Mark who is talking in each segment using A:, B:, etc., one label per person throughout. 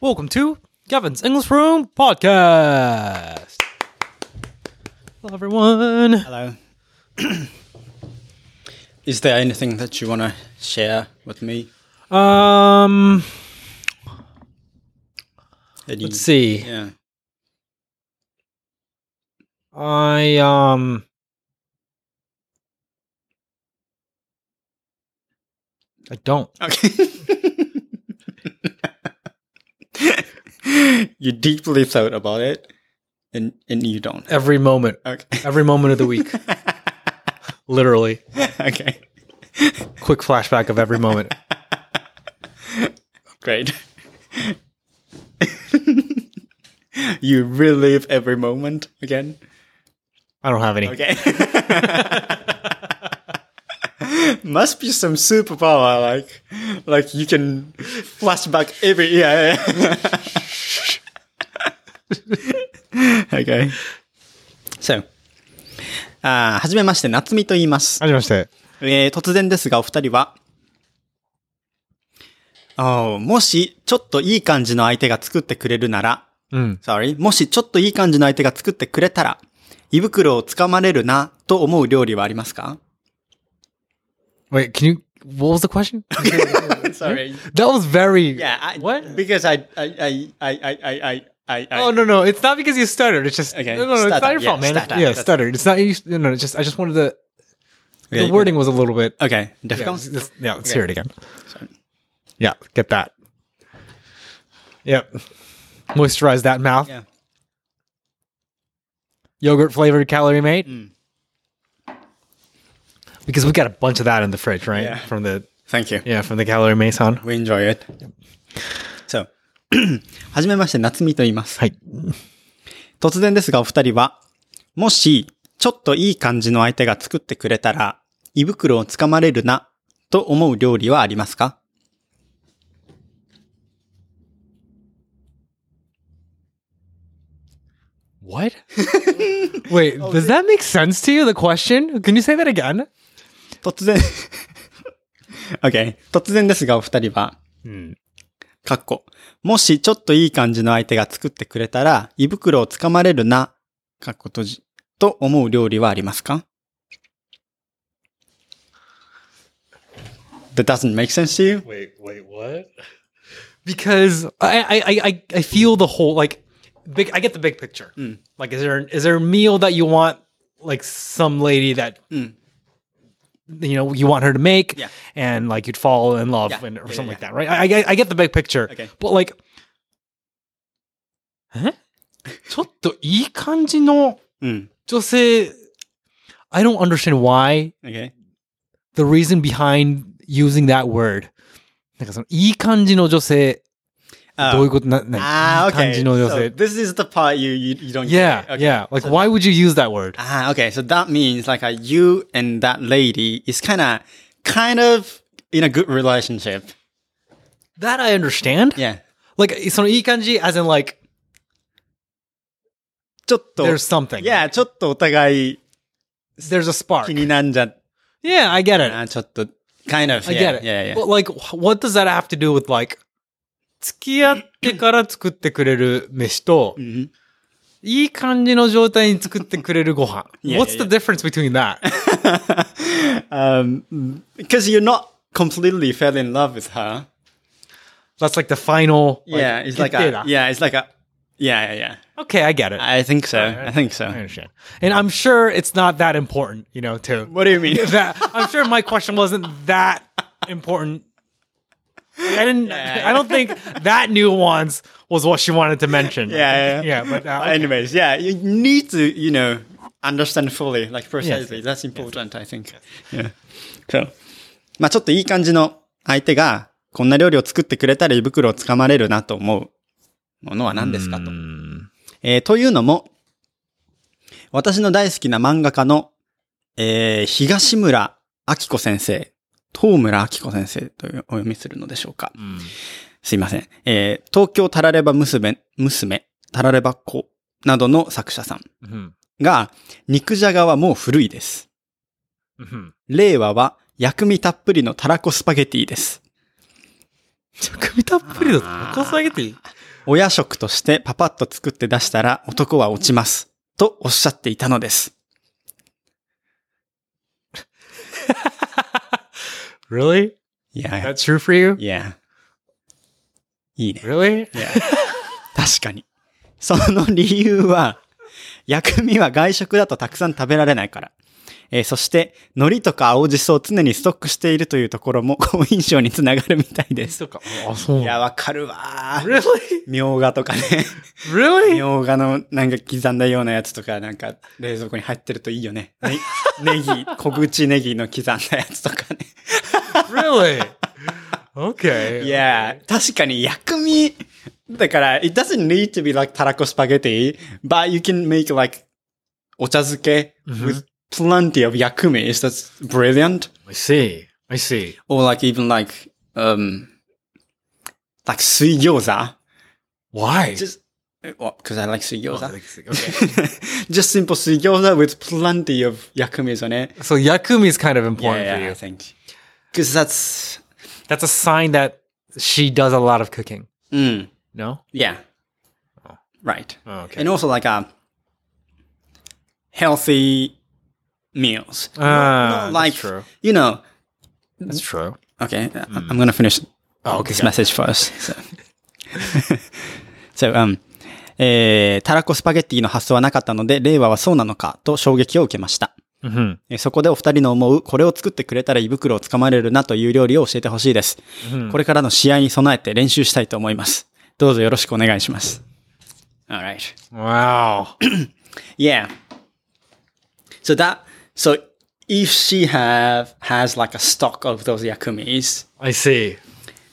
A: Welcome to Gavin's English Room Podcast. Hello, everyone.
B: Hello. Is there anything that you want to share with me?
A: Um,
B: Any,
A: let's see.
B: Yeah.
A: I um, I don't.
B: Okay. you deeply thought about it, and and you don't.
A: Every moment,
B: Okay.
A: every moment of the week, literally.
B: okay.
A: Quick flashback of every moment.
B: Great. you relive every moment again.
A: I don't have any.
B: Okay. Must be some superpower, like, like you can flash back every yeah. yeah. okay. So, uh, あーはじめまして、夏美と言います。
A: はじめまして。
B: えー突然ですが、お二人は、あーもし、ちょっといい感じの相手が作ってくれるなら、
A: うん。
B: sorry, もしちょっといい感じの相手が作ってくれたら、胃袋をつかまれるなと思う料理はありま すか
A: Wait, can you? What was the question?
B: Sorry.
A: That was very.
B: Yeah, I,
A: What?
B: Because I, I, I, I, I, I, I, I, I
A: Oh no no! It's not because you stuttered. It's just
B: Okay,
A: no no. no, It's
B: stutter,
A: not your
B: yeah,
A: fault, man.
B: stutter,
A: yeah,
B: that's-
A: stuttered. It's not you. No, no. It's just I just wanted to.
B: Okay,
A: the wording was a little bit.
B: Okay,
A: Yeah,
B: difficult.
A: let's- let's- yeah, let's
B: Okay.
A: hear it again.
B: Sorry.
A: Yeah, get that. Yep. Moisturize that mouth.
B: Yeah.
A: Yogurt flavored calorie mate.
B: Mm.
A: Because we got a bunch of that in the fridge, right?
B: Yeah.
A: From the
B: Thank you.
A: yeah from the calorie mason.
B: We enjoy it. So, はじめまして、夏美と言います。
A: Like,
B: 突然ですが、お二人は、もし、ちょっといい感じの相手が作ってくれたら、胃袋をつかまれるな、と思う料理はありますか
A: What? Wait,
B: Oh,
A: does that make sense to you? The question? Can you say that again?
B: 突然 OK。突然ですが、お二人は、
A: Hmm.
B: かっこ。もし、ちょっといい感じの相手が作ってくれたら、胃袋をつかまれるな、かっこ閉じ、と思う料理はありますか ?That doesn't make sense to you?
A: Wait, wait, what? Because I, I, I- I, I feel the whole like big. I get the big picture.
B: Hmm.
A: Like, is there is there a meal that you want? Like some lady that
B: Mm.
A: you know you want her to make,
B: Yeah.
A: and like you'd fall in love
B: Yeah,
A: and, or
B: yeah,
A: something
B: yeah,
A: like that, right? I, I, I get the big picture.
B: Okay.
A: but like, huh? ちょっといい感じの
B: うん。
A: 女性 I don't understand why
B: OK。
A: the reason behind using that word なんかそのいい感じの女性
B: あ
A: どういうことな、ない
B: Ah,
A: い
B: okay.
A: 感じの女
B: So
A: 性
B: this is the part you you, you don't.
A: Yeah,
B: get. Okay.
A: yeah. Like, why would you use that word?
B: Ah, okay. So that means like uh, you and that lady is kind of kind of in a good relationship.
A: That I understand.
B: Yeah.
A: Like, そのいい感じ as in like,
B: ちょっと。
A: there's something.
B: Yeah, ちょっとお互い
A: There's a spark.
B: 気になんじゃ
A: Yeah, I get it.
B: あちょっと Ah, kind of.
A: I
B: yeah,
A: get it.
B: Yeah, yeah.
A: But like, wh- what does that have to do with like, 付き合ってから作ってくれる飯と、
B: Mhm.
A: いい感じの状態に作ってくれるご飯。
B: Yeah,
A: What's
B: yeah,
A: the difference between that?
B: um, because you're not completely fell in love with her.
A: That's like the final.
B: yeah, it's like a,
A: 決定打。
B: yeah, it's like a yeah, yeah, yeah.
A: Okay, I get it. I,
B: I think so. I think so.
A: understand. And I'm sure it's not that important, you know, too.
B: What do you mean?
A: That I'm sure my question wasn't that important. I didn't. I don't think that nuance was what she wanted to mention.
B: Yeah, yeah.
A: yeah. But uh, okay.
B: Anyways, yeah, you need to, you know, understand fully, like precisely. That's important, I think. Yeah. So, まあちょっといい感じの相手が、こんな料理を作ってくれたら胃袋をつかまれるなと思うものは何ですかと。えーというのも、私の大好きな漫画家の、えー東村明子先生、東村明子先生とお読みするのでしょうか。
A: Hmm.
B: すいません。えー東京タラレバ娘、娘、タラレバっ子などの作者さん
A: Mhm,
B: が、肉じゃがはもう古いです。
A: mhm.
B: 令和は薬味たっぷりのたらこスパゲティです。Ah.
A: ちょ首たっぷりだと。ここスパゲティ。
B: 親食としてパパッと作って出したら男は落ちます。とおっしゃっていたのです。
A: Really?
B: Yeah.
A: That true for you?
B: Yeah. いいね。
A: Really?
B: 確かに。その理由は、薬味は外食だとたくさん食べられないから。えーそして、海苔とか青じそを常にストックしているというところも好印象につながるみたいです。
A: とか。あ、そう
B: い
A: な
B: や、わかるわ
A: の。
B: ー。
A: Oh, Really?
B: みょうがとかね。 み
A: Really?
B: ょうがのなんか刻んだようなやつとか、なんか冷蔵庫に入ってるといいよね。 ねネギ、小口ネギの刻んだやつとかね。
A: Really? Okay.
B: いや、確かに薬味、だから、it doesn't need to be like たらこスパゲティ、but you can make like お茶漬け with plenty of 薬味。That's brilliant.
A: I see. I see.
B: Or like even like, um, like 水餃子
A: Why?
B: Just, well, because I like 水餃
A: Oh,
B: 子
A: okay.
B: Just simple 水餃子 with plenty of 薬味ですよね。
A: So Yakumi is kind of important
B: Yeah,
A: for
B: yeah, I
A: you.
B: think. Because that's,
A: That's a sign that she does a lot of cooking.
B: mm,
A: No?
B: yeah. Right.
A: Oh, okay.
B: And also like a healthy meals.
A: Ah,
B: Not like,
A: that's true.
B: you know,
A: That's true.
B: okay, I- I'm going to finish
A: Oh, okay.
B: this message first. So, so um, えーたらこスパゲッティの発想はなかったので、令和はそうなのかと衝撃を受けました。
A: Mm-hmm.
B: えーそこでお二人の思う、これを作ってくれたら胃袋をつかまれるなという料理を教えてほしいです。これからの試合に備えて練習したいと思います。どうぞよろしくお願いします。Alright.
A: Wow.
B: Yeah. So that, so if she have, has like a stock of those yakumis,
A: I see.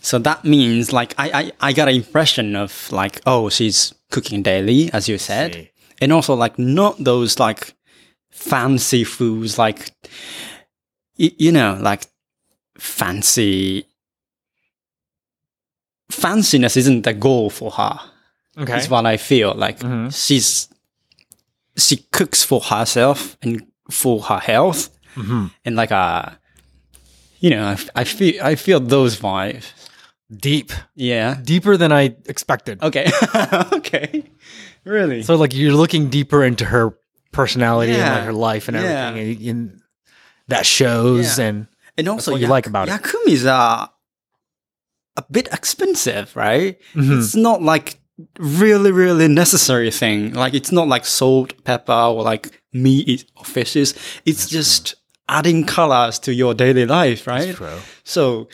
B: so that means like, I, I, I got an impression of like, oh, she's cooking daily, as you said.
A: see.
B: And also like not those like fancy foods, like, y- you know, like fancy, fanciness isn't the goal for her.
A: Okay.
B: It's what I feel like.
A: Mhm.
B: She's she cooks for herself and for her health,
A: Mhm.
B: and like uh you know, I, f- I feel I feel those vibes.
A: Deep.
B: Yeah.
A: Deeper than I expected.
B: Okay. okay. Really.
A: So like you're looking deeper into her personality and like
B: Yeah.
A: her life and
B: Yeah.
A: everything, and, and that shows.
B: Yeah.
A: And
B: and also,
A: what you
B: yak-
A: like about it.
B: yakumis are a bit expensive, right?
A: Hmm. mm-hmm.
B: It's not like really really necessary thing like it's not like salt pepper or like meat or fishes it's just adding colors to your daily life right
A: true.
B: So,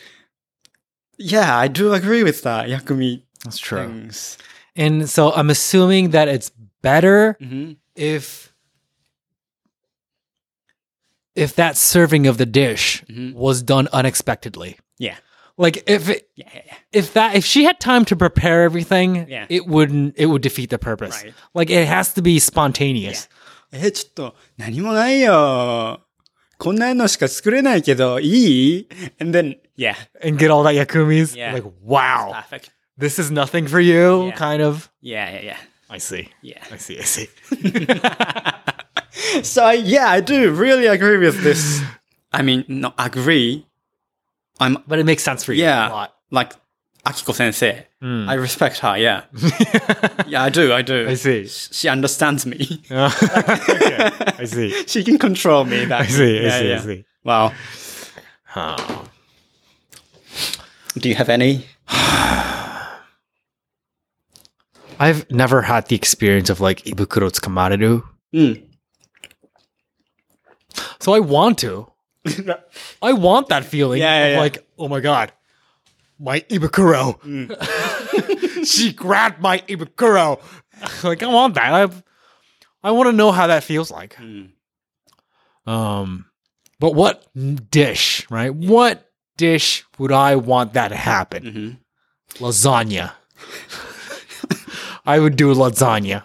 B: yeah, I do agree with that. Yakumi
A: That's true.
B: things.
A: And so I'm assuming that it's better
B: Mhm.
A: if if that serving of the dish
B: Mhm.
A: was done unexpectedly.
B: Yeah.
A: Like if it,
B: Yeah, yeah, yeah.
A: if that if she had time to prepare everything,
B: Yeah.
A: it wouldn't it would defeat the purpose.
B: Right.
A: Like it has to be spontaneous.
B: え、ちょっと、何もないよ。こんなのしか作れないけど、いい ?And then, yeah.
A: And get all that yakumis.
B: Yeah.
A: Like wow.
B: Perfect.
A: this is nothing for you
B: Yeah.
A: kind of
B: Yeah, yeah,
A: i see
B: yeah.
A: i see i see
B: Yeah. So, yeah, I do really agree with this. I mean, not agree. I'm,
A: but it makes sense for you a
B: yeah,
A: lot
B: like, Akiko sensei. I respect her, yeah. yeah, I do, I do.
A: i see
B: She understands me.
A: okay. i see
B: she can control me. That
A: i see i
B: yeah,
A: see i
B: yeah.
A: see
B: Wow.
A: oh.
B: Do you have any?
A: i've never had the experience of like ibukuro tsukamararu
B: Mm.
A: so i want to
B: yeah,
A: i want that feeling
B: Yeah, yeah,
A: of
B: yeah.
A: like oh my god my ibukuro
B: Hmm.
A: she grabbed my ibukuro like i want that i i want to know how that feels like
B: Hmm.
A: Um, but what dish, right? What dish would I want that to happen?
B: Mhm.
A: Lasagna. I would do lasagna.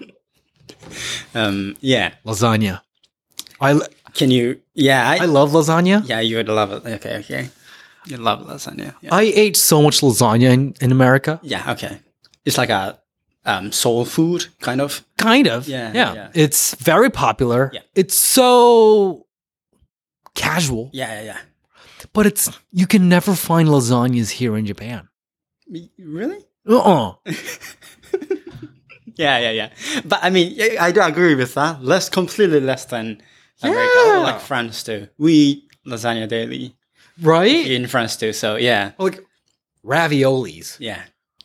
B: Um, yeah.
A: Lasagna. I l-
B: Can you? Yeah, I,
A: I love lasagna.
B: yeah, you would love it. Okay, okay. You love lasagna. Yeah.
A: I ate so much lasagna in, in America.
B: yeah, okay. It's like a um, soul food kind of.
A: Kind of.
B: Yeah,
A: Yeah.
B: yeah.
A: It's very popular.
B: Yeah.
A: It's so casual,
B: Yeah, yeah,
A: but it's you can never find lasagnas here in Japan. Uh-uh.
B: yeah. Really?
A: Uh uh
B: Yeah, yeah, yeah. But I mean, yeah, I do agree with that. Less, completely less than America,
A: Yeah.
B: like France too. We eat lasagna daily
A: right?
B: in France too. So yeah,
A: Like raviolis.
B: yeah,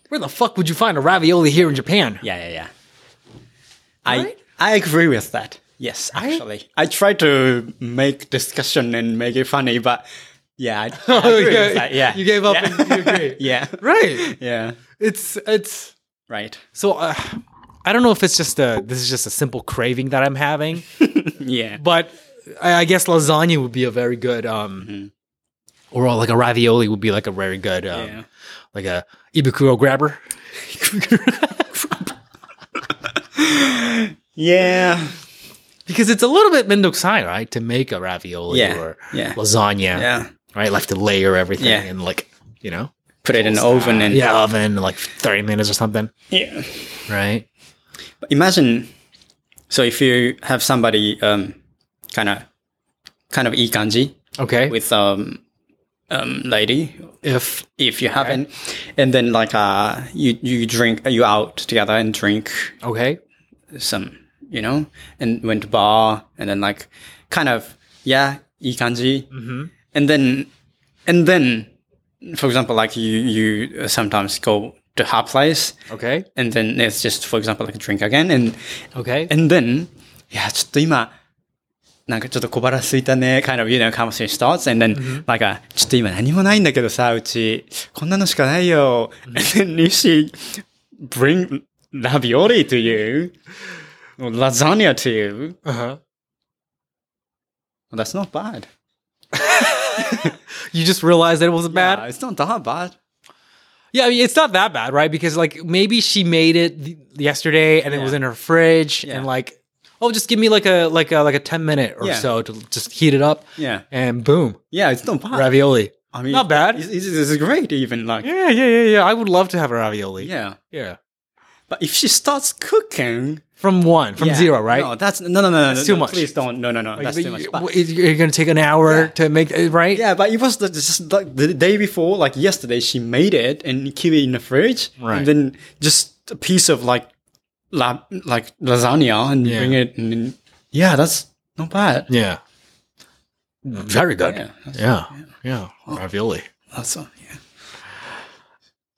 A: Where the fuck would you find a ravioli here in Japan?
B: yeah, yeah, yeah.
A: Right?
B: I I agree with that. Yes, actually, I try to make discussion and make it funny, but yeah, I, I agree
A: yeah,
B: with that. Yeah,
A: you gave up
B: Yeah.
A: and you agree.
B: yeah,
A: Right.
B: yeah,
A: It's it's
B: right.
A: so uh, I don't know if it's just a this is just a simple craving that I'm having,
B: Yeah,
A: but I, I guess lasagna would be a very good um or like a ravioli would be like a very good um,
B: yeah.
A: like a ibukuro grabber.
B: yeah.
A: because it's a little bit mendokusai, right? To make a ravioli
B: Yeah,
A: or
B: yeah.
A: lasagna,
B: Yeah.
A: right? Like to layer everything
B: Yeah.
A: and like you know,
B: Put it in the oven and
A: yeah, oven like thirty minutes or something,
B: yeah.
A: right?
B: imagine so if you have somebody um kind of kind of いい感じ
A: Okay.
B: with um um lady
A: if
B: if you haven't and then like uh you you drink uh, you out together and drink
A: okay,
B: some you know and went to bar and then like kind of yeah いい感じ and then and then for example like you you sometimes go to her place
A: okay,
B: and then it's just for example like drink again and
A: okay,
B: And then, いや、ちょっと今、なんかちょっと小腹空いたね、kind of, you know, conversation starts, and then,、な
A: Mm-hmm.
B: んか、ちょっと今何もないんだけどさ、うち、こんなのしかないよ。and
A: Mm-hmm.
B: then you see, bring ravioli to you, or lasagna to you.
A: uh huh.
B: That's not bad.
A: You just realized that it wasn't
B: Yeah,
A: bad.
B: Uh, it's not that bad.
A: Yeah, I mean it's not that bad, right? Because like maybe she made it th- yesterday and it was
B: Yeah.
A: in her fridge,
B: Yeah.
A: and like oh, just give me like a like a like a ten minute or
B: Yeah.
A: so to just heat it up,
B: Yeah.
A: and boom,
B: Yeah, it's not bad.
A: ravioli.
B: I mean,
A: not bad.
B: It's, it's, it's great, even like,
A: Yeah, yeah, yeah, yeah. I would love to have a ravioli.
B: yeah.
A: yeah.
B: But if she starts cooking,
A: From one, from
B: Yeah.
A: zero, right?
B: No, that's no, no, no,
A: That's
B: no.
A: too
B: no,
A: much.
B: Please don't. No, no, no.
A: Like,
B: That's
A: but
B: too much.
A: you-
B: But-
A: what, is- you're going to take an hour
B: Yeah.
A: to make it right.
B: Yeah, but it was the, just like the day before, like yesterday, she made it and keep it in the fridge,
A: Right.
B: and then just a piece of like, la- like lasagna and
A: Yeah.
B: bring it, and then, yeah, that's not bad.
A: yeah, very good.
B: Yeah,
A: Yeah, yeah, ravioli.
B: That's all, yeah.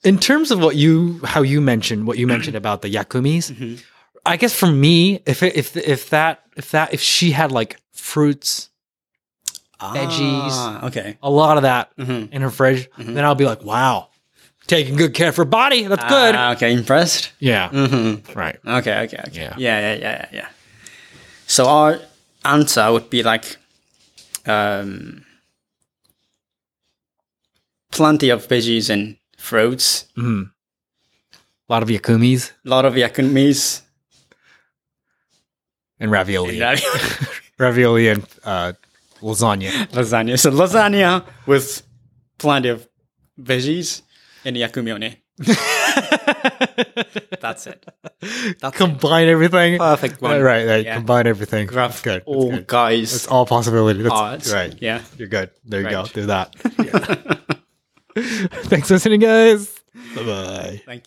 A: In terms of what you, how you mentioned, what you mentioned about the yakumis, I guess for me, if it, if if that if that if she had like fruits, Veggies.
B: Ah, okay.
A: a lot of that
B: Mhm.
A: in her fridge, then I'll be like, wow, taking good care of her body. That's good.
B: Ah, okay, impressed.
A: Yeah,
B: Mm-hmm.
A: right.
B: Okay, okay, okay.
A: Yeah.
B: Yeah. yeah, yeah, yeah, yeah. So our answer would be like, um, plenty of veggies and fruits.
A: A lot of yakumis
B: A lot of yakumis.
A: and ravioli,
B: lasagna.
A: ravioli and uh, lasagna.
B: So lasagna with plenty of veggies and yakumione. That's it.
A: combine everything.
B: Perfect one.
A: Right, Uh, right, right.
B: Yeah.
A: Combine everything. That's
B: Rough.
A: good. That's
B: All
A: good.
B: guys.
A: It's all possibility. That's
B: odds.
A: right.
B: Yeah.
A: You're good. There you go.
B: Right.
A: Do that. Thanks for listening, guys. Bye bye.
B: Thank you.